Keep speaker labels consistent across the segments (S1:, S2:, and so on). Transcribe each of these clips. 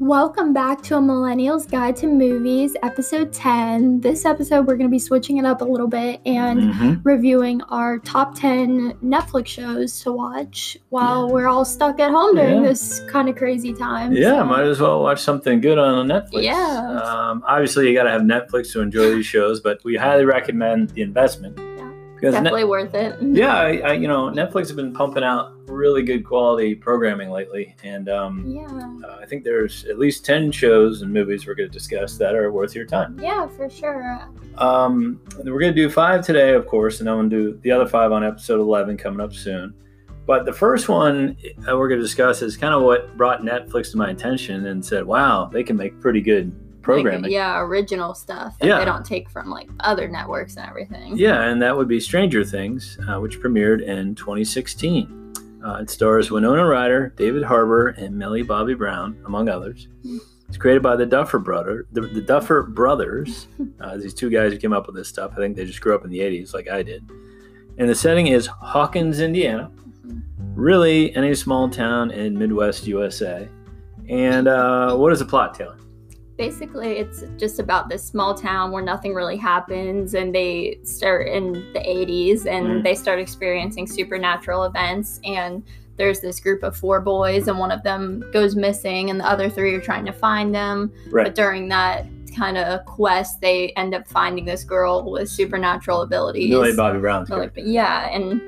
S1: Welcome back to A Millennial's Guide to Movies, episode 10. This episode, we're going to be switching it up a little bit and
S2: Mhm.
S1: reviewing our top 10 Netflix shows to watch while we're all stuck at home during
S2: Yeah.
S1: this kind of crazy time.
S2: Yeah,
S1: so-
S2: might as well watch something good on Netflix.
S1: Yeah.
S2: Um, obviously, you got to have Netflix to enjoy these shows, but we highly recommend the investment.
S1: Yeah.
S2: Because Net-
S1: definitely worth it.
S2: yeah, I, I, you know, Netflix have been pumping out really good quality programming lately, and um,
S1: Yeah.
S2: uh, I think there's at least ten shows and movies we're going to discuss that are worth your time.
S1: Yeah, for sure.
S2: Um, and we're going to do five today, of course, and I'm going to do the other five on episode 11 coming up soon. But the first one uh, we're going to discuss is kind of what brought Netflix to my attention and said, wow, they can make pretty good programming.
S1: Like, yeah, original stuff that
S2: Yeah.
S1: they don't take from like other networks and everything.
S2: Yeah, and that would be Stranger Things, uh, which premiered in 2016. Uh, it stars Winona Ryder, David Harbour, and Millie Bobby Brown, among others. It's created by the Duffer brother, the, the Duffer brothers. Uh, these two guys who came up with this stuff. I think they just grew up in the 80s, like I did. And the setting is Hawkins, Indiana. Really, any small town in Midwest USA. And uh, what is the plot, Taylor?
S1: basically it's just about this small town where nothing really happens and they start in the 80s and
S2: Mm.
S1: they start experiencing supernatural events and there's this group of four boys and one of them goes missing and the other three are trying to find them but
S2: Right.
S1: during that kind of quest they end up finding this girl with supernatural abilities
S2: Millie Bobby Brown's
S1: But,
S2: character.
S1: like, yeah and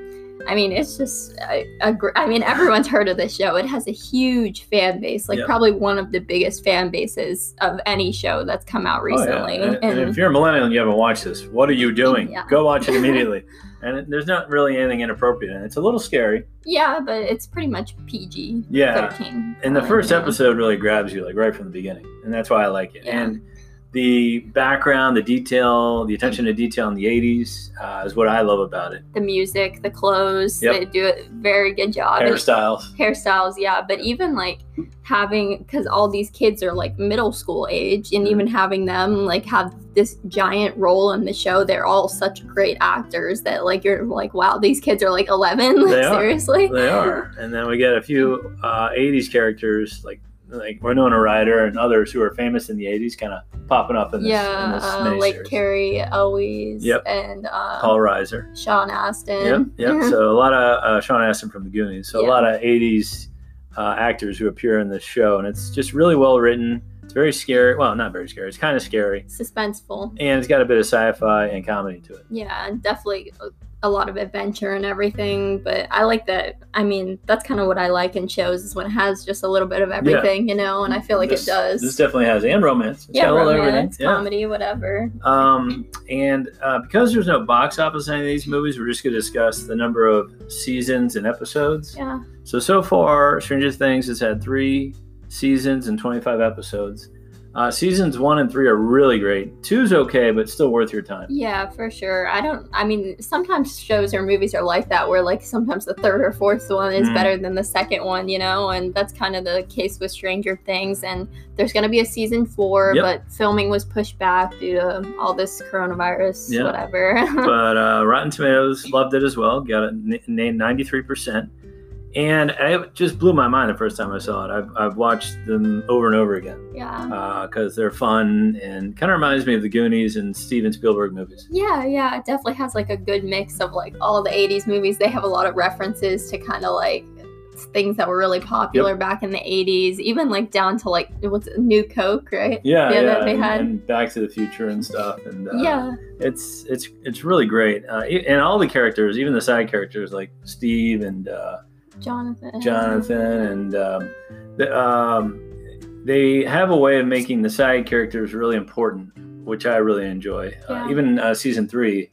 S1: I mean, it's just, a, a gr- I mean, everyone's heard of this show. It has a huge fan base, like
S2: Yeah.
S1: probably one of the biggest fan bases of any show that's come out
S2: Oh, yeah.
S1: recently.
S2: And, and if you're a millennial and you haven't watched this, what are you doing?
S1: Yeah.
S2: Go watch it immediately. and it, there's not really anything inappropriate, and it's a little scary.
S1: yeah, but it's pretty much PG
S2: Yeah.
S1: 13.
S2: And the
S1: Um,
S2: first
S1: yeah.
S2: episode really grabs you, like right from the beginning, and that's why I like it.
S1: Yeah.
S2: And the background, the detail, the attention to detail in the '80s uh, is what I love about it.
S1: The music, the clothes,
S2: Yep.
S1: they do a very good job. It's-
S2: Hairstyles.
S1: hairstyles yeah but even like having because all these kids are like middle school age and
S2: Mhm.
S1: even having them like have this giant role in the show they're all such great actors that like you're like wow these kids are like 11 like
S2: They are.
S1: seriously
S2: They are. And then we get a few uh, 80s characters like like Winona Ryder and others who are famous in the 80s kind of popping up in this, in
S1: yeah
S2: this
S1: uh,
S2: miniseries.
S1: like carrie Elwes
S2: Yep.
S1: and uh
S2: Paul Reiser.
S1: sean
S2: Yep,
S1: astin
S2: yep. So a lot of uh, Sean Astin from The Goonies. So
S1: Mm-hmm. Yeah.
S2: a lot of '80s uh, actors who appear in this show, and it's just really well written. It's very scary. Well, not very scary. It's kind of scary,
S1: suspenseful
S2: and it's got a bit of sci-fi and comedy to it.
S1: yeah and definitely a- a lot of adventure and everything but i like that i mean that's kind of what i like in shows is when it has just a little bit of everything you know and i feel like
S2: this,
S1: it does
S2: This definitely has and romance. It's
S1: yeah
S2: got a little everything.
S1: romance
S2: Yeah.
S1: comedy whatever
S2: Um, and uh, because there's no box office on any of these movies, we're just going to discuss the number of seasons and episodes.
S1: yeah
S2: So so far, Stranger Things has had three seasons and 25 episodes. Uh, seasons one and three are really great. Two's okay, but still worth your time.
S1: yeah for sure i don't i mean sometimes shows or movies are like that where like sometimes the third or fourth one is
S2: Mm.
S1: better than the second one you know and that's kind of the case with stranger things and there's going to be a season four
S2: Yep.
S1: but filming was pushed back due to all this coronavirus
S2: Yeah.
S1: whatever
S2: But uh, Rotten Tomatoes loved it as well. Got a n- n- 93%. And I- it just blew my mind the first time I saw it. I've, I've watched them over and over again
S1: yeah
S2: because they're fun and kind of reminds me of the Goonies and Steven Spielberg movies.
S1: Yeah, yeah, it definitely has like a good mix of like all the 80s movies. They have a lot of references to kind of like things that were really popular back in the 80es, even like down to like what's it, New Coke, right?
S2: Yeah,
S1: Yeah, that they
S2: and,
S1: had.
S2: and Back to the Future and stuff. And uh,
S1: yeah,
S2: it's it's it's really great uh, e- and all the characters even the side characters like steve and uh,
S1: Jonathan.
S2: jonathan and um, the, um, they have a way of making the side characters really important which i really enjoy
S1: Yeah.
S2: uh, even uh, season three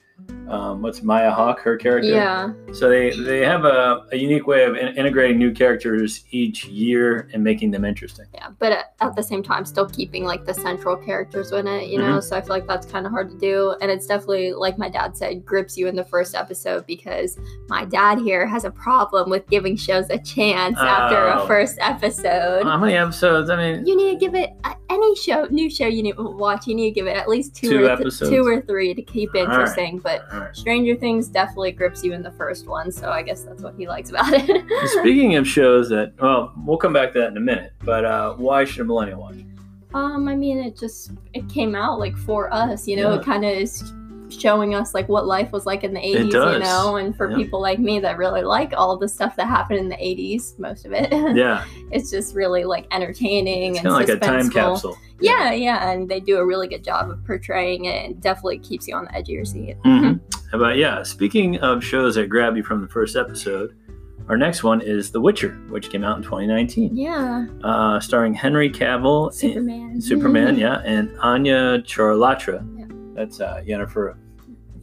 S2: um, what's maya hawk her character
S1: Yeah,
S2: so they they have a, a unique way of in- integrating new characters each year and making them interesting
S1: yeah, but at, at the same time, still keeping like the central characters in it, you
S2: Mm-hmm.
S1: know. So I feel like that's kind of hard to do, and it's definitely like my dad said, grips you in the first episode because my dad here has a problem with giving shows a chance after a
S2: Oh.
S1: first episode.
S2: how many episodes i mean
S1: you need to give it uh, any show, new show you need to watch. You need to give it at least two,
S2: Two
S1: or th-
S2: episodes.
S1: two or three to keep it
S2: All right.
S1: interesting. But
S2: All right.
S1: Stranger Things definitely grips you in the first one, so I guess that's what he likes about it.
S2: Speaking of shows that, well, we'll come back to that in a minute. But uh, why should a millennial watch? it?
S1: um, I mean, it just it came out like for us, you know.
S2: Yeah.
S1: It kind of is showing us like what life was like in the 80s,
S2: does.
S1: you know. And for
S2: Yeah.
S1: people like me that really like all the stuff that happened in the 80s, most of it,
S2: Yeah,
S1: it's just really like entertaining
S2: it's kind
S1: and
S2: of like a time
S1: suspenseful.
S2: capsule.
S1: Yeah, yeah, and they do a really good job of portraying it, and definitely keeps you on the edge of your seat.
S2: Mhm. But yeah, speaking of shows that grab you from the first episode, our next one is The Witcher, which came out in 2019,
S1: Yeah,
S2: uh, starring Henry Cavill, and-
S1: Superman.
S2: Superman, yeah, and Anya Charlatra.
S1: Yeah.
S2: That's uh, Jennifer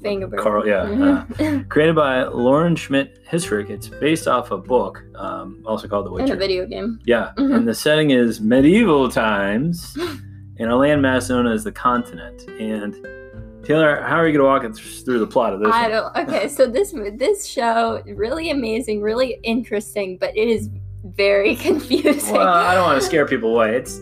S1: Fingerberg.
S2: Carl, yeah. Uh,
S1: Mhm.
S2: created by Lauren Schmidt Hisrick. It's based off a book, um, also called The
S1: and
S2: Witcher.
S1: a video game.
S2: Yeah,
S1: Mhm.
S2: and the setting is medieval times in a landmass known as the Continent. And Taylor, how are you going to walk us through the plot of this?
S1: I
S2: one?
S1: don't. Okay, so this mo- this show really amazing, really interesting, but it is very confusing.
S2: Well, I don't want to scare people away. It's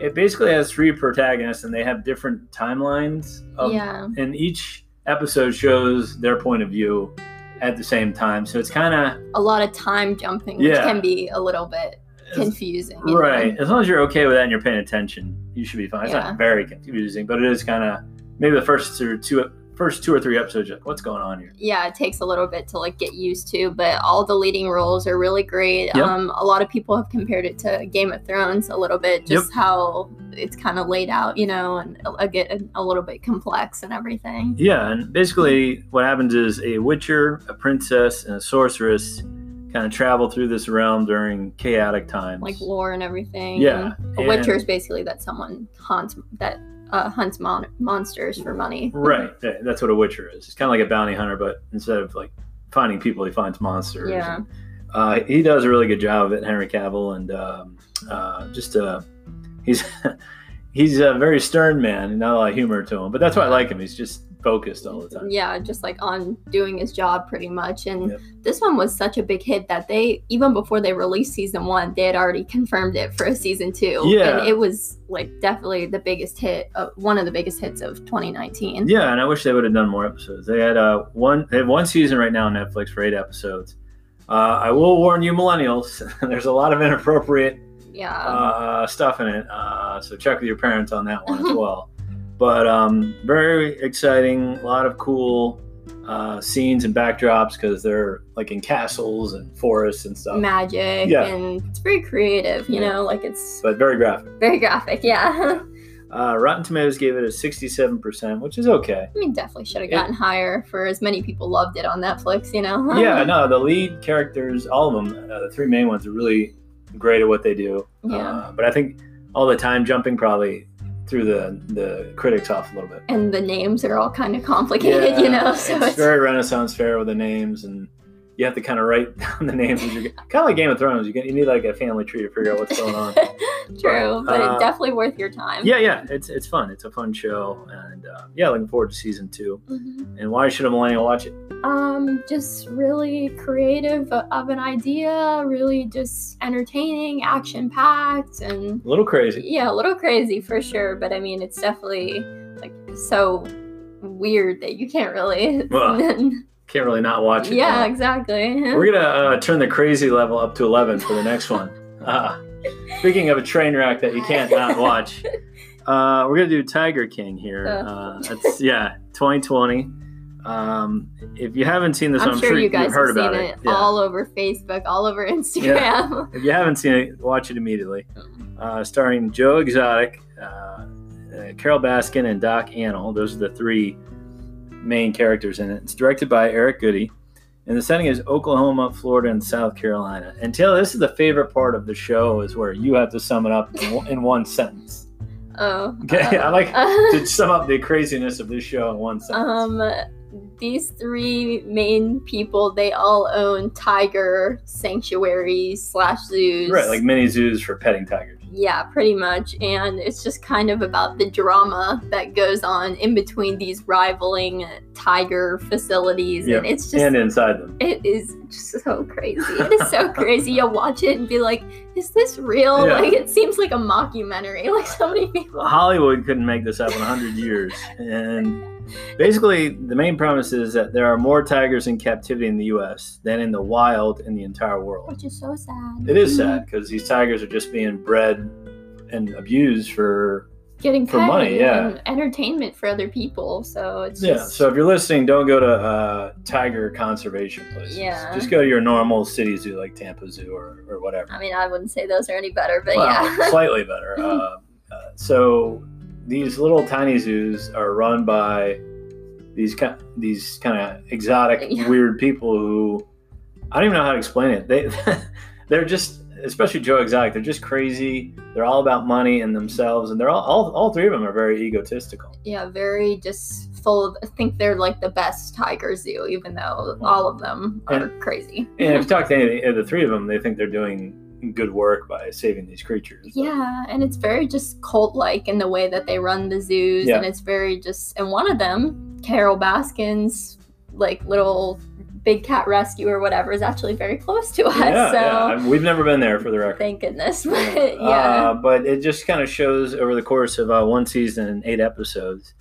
S2: it basically has three protagonists, and they have different timelines. Of,
S1: Yeah,
S2: And each episode shows their point of view at the same time. So it's kind of
S1: a lot of time jumping, which
S2: Yeah.
S1: can be a little bit confusing. you know?
S2: Right. As long as you're okay with that and you're paying attention, you should be fine. It's
S1: Yeah.
S2: not very confusing, but it is kind of maybe the first two, two first two or three episodes. You're like, what's going on here?
S1: yeah, it takes a little bit to like get used to, but all the leading roles are really great.
S2: Yep.
S1: Um, a lot of people have compared it to Game of Thrones a little bit, just how it's kind of laid out, you know, and a- again a little bit complex and everything.
S2: Yeah, and basically what happens is a witcher, a princess, and a sorceress kind of travel through this realm during chaotic times.
S1: Like lore and everything.
S2: yeah,
S1: A
S2: and-
S1: witcher is basically that someone hunts that uh, hunts mon- monsters for money.
S2: Right. yeah, That's what a witcher is. It's kind of like a bounty hunter, but instead of like finding people, he finds monsters.
S1: Yeah.
S2: Uh, he does a really good job of it, Henry Cavill, and um, uh, just uh, he's he's a very stern man, and not a lot of humor to him. But that's why I like him. He's just focused all the time.
S1: Yeah, just like on doing his job pretty much. And
S2: Yep.
S1: this one was such a big hit that they even before they released season one, they had already confirmed it for a season two.
S2: Yeah.
S1: And it was like definitely the biggest hit of one of the biggest hits of 2019.
S2: Yeah, and I wish they would have done more episodes. They had uh, one they have one season right now on Netflix for eight episodes. Uh, I will warn you, millennials, there's a lot of inappropriate
S1: Yeah.
S2: uh, stuff in it. Uh, so check with your parents on that one as well. But um, very exciting, a lot of cool uh, scenes and backdrops because they're like in castles and forests and stuff.
S1: Magic
S2: Uh, Yeah.
S1: and it's very creative, you
S2: Yeah.
S1: know, like it's
S2: But very graphic.
S1: very graphic. Yeah.
S2: Uh, Rotten Tomatoes gave it a 67%, which is okay.
S1: I mean, definitely should have
S2: Yeah.
S1: gotten higher for as many people loved it on Netflix, you know?
S2: Yeah, no, the lead characters, all of them, uh, the three main ones, are really great at what they do.
S1: Yeah.
S2: Uh, but I think all the time jumping probably threw the, the critics off a little bit.
S1: and the names are all kind of complicated, you know? So
S2: it's,
S1: it's,
S2: very Renaissance fair with the names, and you have to kind of write down the names. As you're, kind of like Game of Thrones, you, get, you need like a family tree to figure out what's going on.
S1: true, but
S2: Uh,
S1: it's definitely worth your time.
S2: yeah, yeah, it's it's fun. It's a fun show, and uh, yeah, looking forward to season two.
S1: Mhm.
S2: And why should a millennial watch it?
S1: Um, just really creative of an idea, really just entertaining, action packed, and
S2: A little crazy.
S1: yeah, a little crazy for sure. But I mean, it's definitely like so weird that you can't really.
S2: Well, Can't really not watch it.
S1: yeah,
S2: Uh,
S1: exactly.
S2: we're gonna uh, turn the crazy level up to eleven for the next one. Uh, speaking of a train wreck that you can't not watch, uh, we're gonna do Tiger King here. Uh,
S1: Ugh.
S2: that's yeah, 2020. Um, if you haven't seen this,
S1: I'm,
S2: I'm,
S1: sure, you guys
S2: have
S1: have
S2: heard about
S1: seen it,
S2: it. Yeah.
S1: all over Facebook, all over Instagram.
S2: If you haven't seen it, watch it immediately.
S1: Um,
S2: Uh, starring Joe Exotic, uh, uh, Carol Baskin, and Doc Annell. Those are the three main characters in it. It's directed by Eric Goody. And the setting is Oklahoma, Florida, and South Carolina. And Taylor, this is the favorite part of the show, is where you have to sum it up in one, in one sentence.
S1: Oh,
S2: Okay,
S1: uh,
S2: I like
S1: uh,
S2: to sum up the craziness of this show in one sentence.
S1: um, these three main people, they all own tiger sanctuaries slash zoos.
S2: right, like mini zoos for petting tigers.
S1: yeah, pretty much. And it's just kind of about the drama that goes on in between these rivaling tiger facilities, and it's just
S2: and inside them.
S1: it is just so crazy. It is so crazy. You'll watch it and be like, is this real?
S2: Yeah.
S1: Like, it seems like a mockumentary. Like, so many people.
S2: Hollywood couldn't make this up in 100 years. And Basically, the main premise is that there are more tigers in captivity in the U.S. than in the wild in the entire world.
S1: which is so sad.
S2: It is sad because these tigers are just being bred and abused for
S1: Getting
S2: For
S1: paid
S2: money, yeah.
S1: and entertainment for other people. So it's
S2: yeah.
S1: just
S2: So if you're listening, don't go to uh, tiger conservation places.
S1: Yeah.
S2: Just go to your normal city zoo like Tampa Zoo or, or whatever.
S1: I mean, I wouldn't say those are any better, but
S2: Well,
S1: yeah.
S2: slightly better. Uh, uh, so these little tiny zoos are run by these kind these kind of exotic,
S1: Yeah.
S2: weird people who I don't even know how to explain it. They they're just especially Joe Exotic. They're just crazy. They're all about money and themselves, and they're all all, all three of them are very egotistical.
S1: yeah, very just full of. I think they're like the best tiger zoo, even though all of them are crazy.
S2: And if you talk to any of the three of them, they think they're doing good work by saving these creatures. But-
S1: Yeah, and it's very just cult like in the way that they run the zoos,
S2: Yeah.
S1: and it's very just. And one of them, Carol Baskins, like little big cat rescue or whatever, is actually very close to us.
S2: Yeah,
S1: so
S2: yeah. I- We've never been there for the record.
S1: thank goodness. But yeah,
S2: Uh, but it just kind of shows over the course of uh, one season and eight episodes,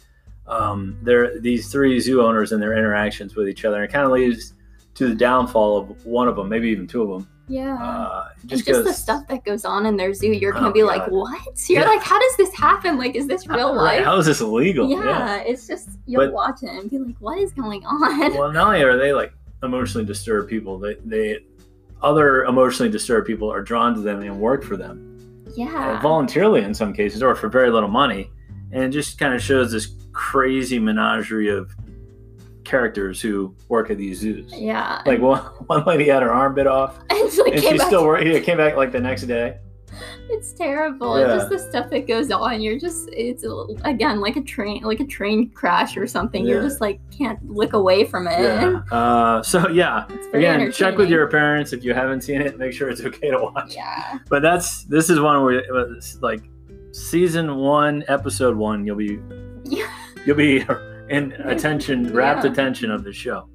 S2: um, there these three zoo owners and their interactions with each other, and it kind of leads to the downfall of one of them, maybe even two of them.
S1: yeah.
S2: Uh,
S1: Uh-huh. just,
S2: just
S1: just
S2: goes,
S1: the stuff that goes on in their zoo, you're gonna
S2: Oh,
S1: be like,
S2: God.
S1: "What?" You're
S2: Yeah.
S1: like, "How does this happen? Like, is this real
S2: Right,
S1: life?"
S2: How is this illegal?
S1: yeah, it's just you'll
S2: But-
S1: watch it and be like, "What is going on?"
S2: well, not only are they like emotionally disturbed people, they they other emotionally disturbed people are drawn to them and work for them. uh,
S1: yeah,
S2: voluntarily in some cases or for very little money and it just kind of shows this crazy menagerie of characters who work at these zoos
S1: yeah.
S2: like one, one lady had her arm bit off
S1: it's like
S2: and
S1: came
S2: she
S1: back-
S2: still worked yeah, came back like the next day
S1: it's terrible.
S2: Yeah.
S1: It's just the stuff that goes on. You're just it's a- again like a train like a train crash or something. You're
S2: Yeah.
S1: just like can't look away from it.
S2: uh, so yeah
S1: It's Uh-huh. very
S2: again check with
S1: entertaining.
S2: your parents if you haven't seen it make sure it's okay to watch
S1: yeah.
S2: but that's this is one where uh, it's like season one episode one you'll be
S1: Yeah.
S2: you'll be in attention rapt
S1: Yeah.
S2: attention of the show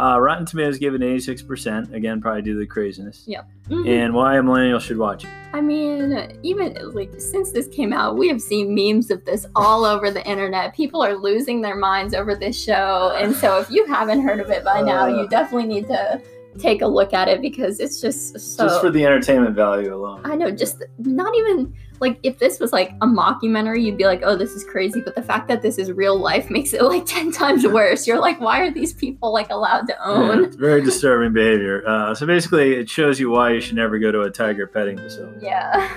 S2: uh, rotten tomatoes gave it 86% again probably due to the craziness
S1: Mhm.
S2: and why a millennial should watch it
S1: I mean, even like since this came out, we have seen memes of this all over the internet. People are losing their minds over this show. And so if you haven't heard of it by now, you
S2: Uh.
S1: definitely need to take a look at it because it's just so
S2: just for the entertainment value alone
S1: I know, just not even like if this was like a mockumentary, you'd be like, oh, this is crazy. But the fact that this is real life makes it like 10 times worse. You're like, why are these people like allowed to
S2: Yeah,
S1: own?
S2: it's very disturbing behavior. Uh, so basically, it shows you why you should never go to a tiger petting facility.
S1: Yeah.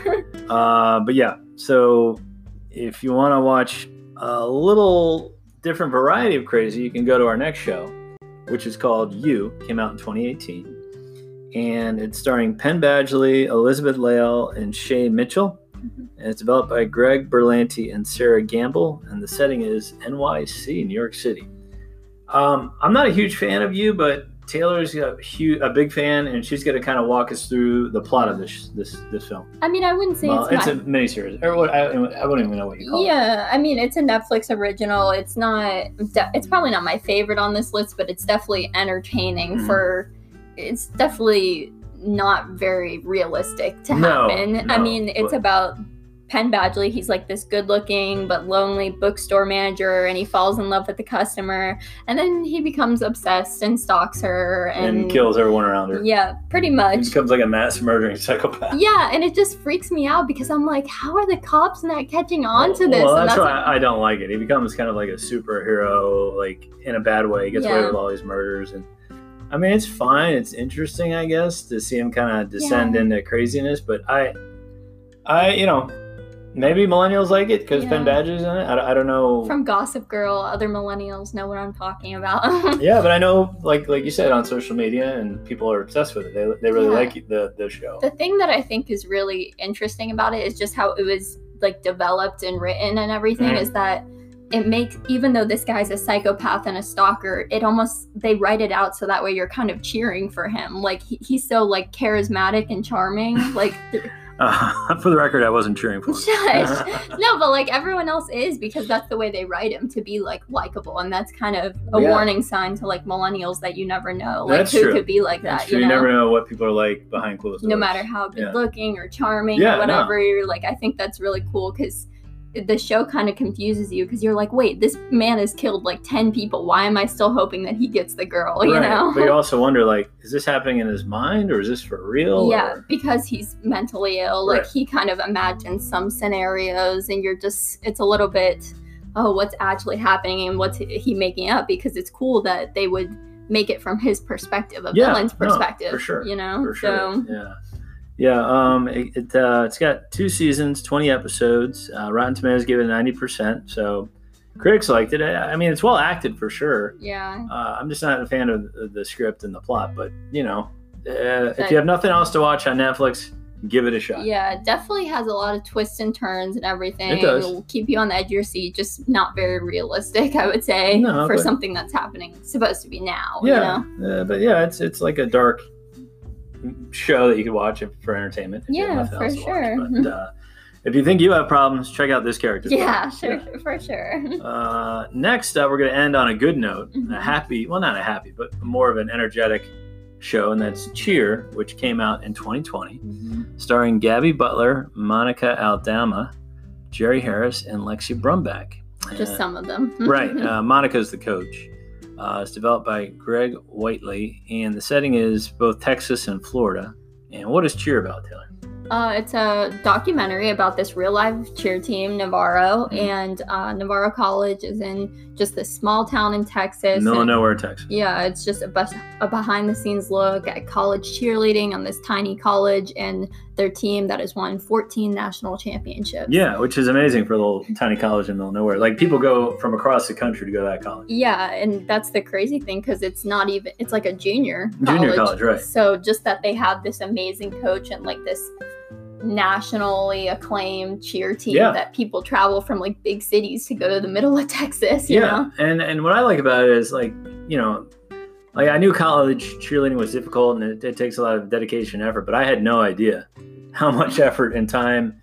S2: Uh, but yeah, so if you want to watch a little different variety of crazy, you can go to our next show, which is called You, came out in 2018. And it's starring Penn Badgley, Elizabeth Lale, and Shay Mitchell.
S1: Mhm.
S2: And it's developed by Greg Berlanti and Sarah Gamble. And the setting is NYC, New York City. Um, I'm not a huge fan of you, but Taylor's a, huge, a big fan, and she's going to kind of walk us through the plot of this this, this film.
S1: I mean, I wouldn't say
S2: Well,
S1: it's,
S2: it's,
S1: my
S2: a miniseries. Or what, I, I wouldn't even know what you call it.
S1: Yeah, I mean it's a Netflix original. It's not. de- It's probably not my favorite on this list, but it's definitely entertaining.
S2: Mhm.
S1: For it's definitely not very realistic to
S2: No,
S1: happen. I
S2: no,
S1: mean, it's
S2: but-
S1: about Penn Badgley. He's like this good-looking but lonely bookstore manager, and he falls in love with the customer, and then he becomes obsessed and stalks her
S2: And,
S1: and,
S2: kills everyone around her.
S1: Yeah, pretty
S2: He
S1: much.
S2: becomes like a mass murdering psychopath.
S1: Yeah, and it just freaks me out because I'm like, how are the cops not catching on to this?
S2: Well,
S1: and
S2: that's, why
S1: what-
S2: I don't like it. He becomes kind of like a superhero, like in a bad way. He gets away
S1: Yeah.
S2: with all these murders, and I mean, it's fine. It's interesting, I guess, to see him kind of descend
S1: Yeah.
S2: into craziness. But I, I, you know, maybe millennials like it because Penn
S1: Yeah.
S2: Badgley's in it. I, I don't know.
S1: from Gossip Girl, other millennials know what I'm talking about.
S2: yeah, but I know, like like you said, on social media, and people are obsessed with it. They, they really
S1: Yeah.
S2: like the the show.
S1: the thing that I think is really interesting about it is just how it was like developed and written and everything
S2: Mhm.
S1: is that it makes even though this guy's a psychopath and a stalker it almost they write it out so that way you're kind of cheering for him like he, he's so like charismatic and charming like
S2: Uh, for the record, I wasn't cheering for him.
S1: shush no but like everyone else is because that's the way they write him to be like likable and that's kind of a
S2: Yeah.
S1: warning sign to like millennials that you never know like
S2: That's
S1: who
S2: true.
S1: could be like
S2: That's
S1: that
S2: true.
S1: you
S2: You
S1: know
S2: never know what people are like behind closed doors.
S1: no matter how good
S2: Yeah.
S1: looking or charming
S2: Yeah,
S1: or
S2: no.
S1: whatever you're like i think that's really cool because the show kind of confuses you because you're like, wait, this man has killed like 10 people. Why am I still hoping that he gets the girl? You
S2: Right.
S1: know?
S2: But you also wonder, like, is this happening in his mind or is this for real?
S1: Yeah,
S2: or-
S1: because he's mentally ill. Like
S2: Right.
S1: he kind of imagines some scenarios, and you're just, it's a little bit, oh, what's actually happening and what's he making up? Because it's cool that they would make it from his perspective, a
S2: Yeah,
S1: villain's
S2: no,
S1: perspective.
S2: for sure,
S1: You know?
S2: for sure.
S1: So,
S2: Yeah. Yeah. Um, it, it, uh, it's got two seasons, 20 episodes. Uh, Rotten Tomatoes gave it 90%. So critics liked it. I, I mean, it's well acted for sure.
S1: yeah.
S2: Uh, I'm just not a fan of the- the script and the plot, but, you know, uh, if
S1: But-
S2: you have nothing else to watch on Netflix, give it a shot.
S1: Yeah, it definitely has a lot of twists and turns and everything.
S2: It does.
S1: will keep you on the edge of your seat, just not very realistic, I would say,
S2: No,
S1: for
S2: but-
S1: something that's happening supposed to be now. You
S2: Yeah,
S1: know?
S2: uh, but yeah, it's it's like a dark show that you could watch if, for entertainment. if you have
S1: Yeah,
S2: nothing
S1: for
S2: else to watch.
S1: sure.
S2: But, uh, if you think you have problems, check out this character.
S1: Yeah, sure, for sure.
S2: Uh, next up, we're going to end on a good note,
S1: Mhm.
S2: a happy, well, not a happy, but more of an energetic show, and that's Cheer, which came out in 2020, starring Gabby Butler, Monica Aldama, Jerry Harris, and Lexi Uh, Brumback.
S1: Just
S2: And-
S1: some of them.
S2: right. Uh, Monica's the coach. Uh, it's developed by Greg Whiteley, and the setting is both Texas and Florida. And what is Cheer about, Taylor?
S1: Uh, it's a documentary about this real life cheer team, Navarro,
S2: Mhm.
S1: and uh, Navarro College is in just this small town in Texas.
S2: Middle of
S1: and-
S2: nowhere, Texas.
S1: yeah, it's just a, bus- a behind the scenes look at college cheerleading on this tiny college and their team that has won 14 national championships.
S2: Yeah, which is amazing for a little tiny college in the middle of nowhere. Like people go from across the country to go to that college.
S1: Yeah, and that's the crazy thing because it's not even it's like a junior
S2: Junior college, right.
S1: So just that they have this amazing coach and like this nationally acclaimed cheer team
S2: Yeah.
S1: that people travel from like big cities to go to the middle of Texas, you know.
S2: and and what I like about it is like you know, like I knew college cheerleading was difficult and it, it takes a lot of dedication and effort, but I had no idea how much effort and time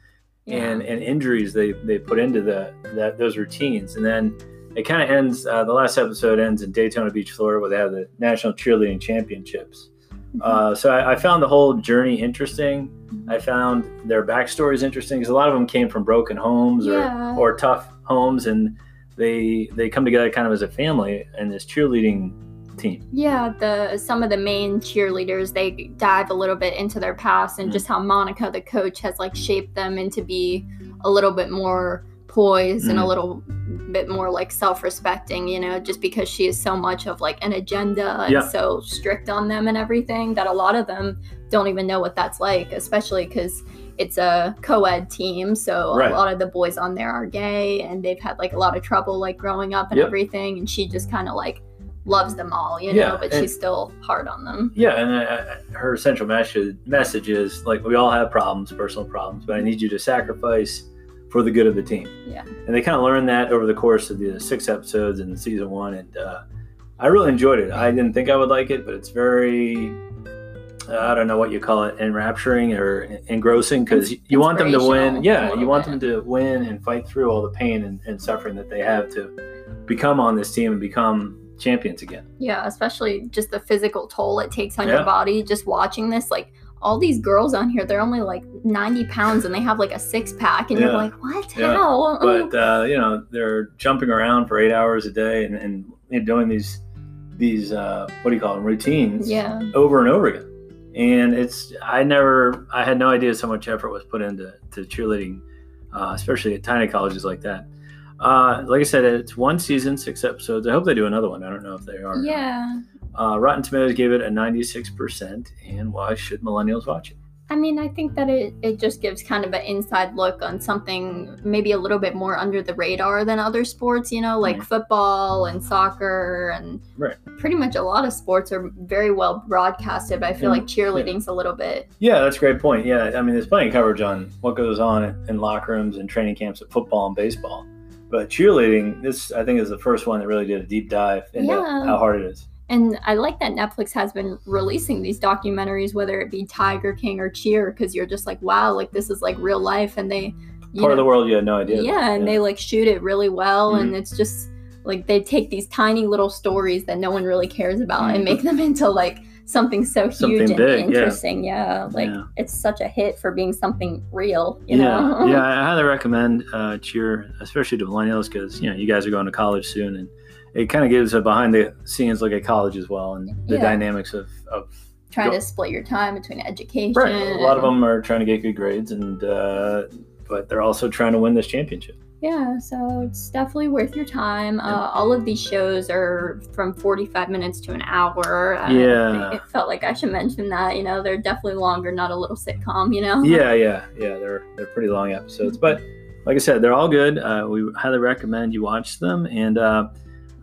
S2: and and injuries they they put into the that those routines and then it kind of ends uh, the last episode ends in daytona beach florida where they have the national cheerleading championships
S1: Mm-hmm.
S2: uh, so I, I found the whole journey interesting i found their backstories interesting because a lot of them came from broken homes or
S1: Yeah.
S2: or tough homes and they they come together kind of as a family in this cheerleading team
S1: Yeah, the some of the main cheerleaders they dive a little bit into their past and
S2: Mm.
S1: just how Monica, the coach, has like shaped them into be a little bit more poised and a
S2: Mm.
S1: little bit more like self-respecting. You know, just because she is so much of like an agenda and
S2: Yeah.
S1: so strict on them and everything that a lot of them don't even know what that's like, especially because it's a co-ed team so
S2: Right.
S1: a lot of the boys on there are gay and they've had like a lot of trouble like growing up and
S2: Yep.
S1: everything and she just kind of like loves them all, you
S2: Yeah,
S1: know, but
S2: and-
S1: she's still hard on them.
S2: yeah and I, I, her central message, message is like we all have problems personal problems but i need you to sacrifice for the good of the team
S1: Yeah.
S2: and they kind of learned that over the course of the six episodes in season one and uh, i really enjoyed it i didn't think i would like it but it's very uh, i don't know what you call it enrapturing or engrossing because you want them to win
S1: Inspirational, a
S2: yeah
S1: little
S2: you want
S1: bit.
S2: them to win and fight through all the pain and, and suffering that they have to become on this team and become champions again
S1: Yeah, especially just the physical toll it takes on
S2: Yeah.
S1: your body just watching this. Like all these girls on here, they're only like 90 pounds and they have like a six pack, and you're
S2: Yeah.
S1: like, what?
S2: Yeah.
S1: How? Uh-uh.
S2: but
S1: Oh.
S2: uh, you know they're jumping around for eight hours a day and, and you know, doing these these uh, what do you call them routines
S1: yeah,
S2: over and over again and it's i never i had no idea so much effort was put into to cheerleading uh, especially at tiny colleges like that uh, like i said it's one season six episodes i hope they do another one i don't know if they are or not.
S1: yeah.
S2: uh, rotten tomatoes gave it a 96% and why should millennials watch it
S1: I mean, I think that it, it just gives kind of an inside look on something maybe a little bit more under the radar than other sports, you know, like
S2: Mhm.
S1: football and soccer and
S2: Right.
S1: pretty much a lot of sports are very well broadcasted. But I feel
S2: Yeah,
S1: like cheerleading's a little bit
S2: yeah that's a great point yeah i mean there's plenty of coverage on what goes on in locker rooms and training camps at football and baseball but cheerleading this i think is the first one that really did a deep dive into
S1: Yeah.
S2: how hard it is
S1: And I like that Netflix has been releasing these documentaries, whether it be Tiger King or Cheer, because you're just like, wow, like this is like real life, and they, you
S2: part of the world Mm-hmm. you had no idea
S1: yeah, and they like shoot it really well, and it's just like they take these tiny little stories that no one really cares about and
S2: Mhm.
S1: make them into like something so huge
S2: Something
S1: and
S2: big, yeah.
S1: interesting. Yeah. Like
S2: Yeah.
S1: it's such a hit for being something real, you
S2: yeah,
S1: know?
S2: yeah. I highly recommend uh, Cheer, especially to millennials, because you know you guys are going to college soon, and it kind of gives a behind the scenes look at college as well, and the
S1: Yeah.
S2: dynamics of, of
S1: Trying
S2: Go-
S1: to split your time between education.
S2: right. A lot of them are trying to get good grades, and uh, but they're also trying to win this championship.
S1: Yeah, so it's definitely worth your time. Uh, all of these shows are from 45 minutes to an hour. I
S2: Yeah.
S1: It felt like I should mention that. You know, they're definitely longer, not a little sitcom, you know?
S2: Yeah, yeah, yeah. They're they're pretty long episodes, but like I said, they're all good. Uh, we highly recommend you watch them. And uh,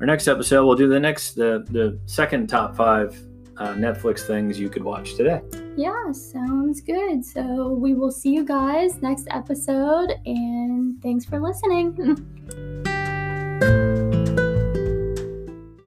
S2: our next episode, we'll do the next the the second top five uh, Netflix things you could watch today.
S1: Yeah, sounds good. So we will see you guys next episode, and thanks for listening.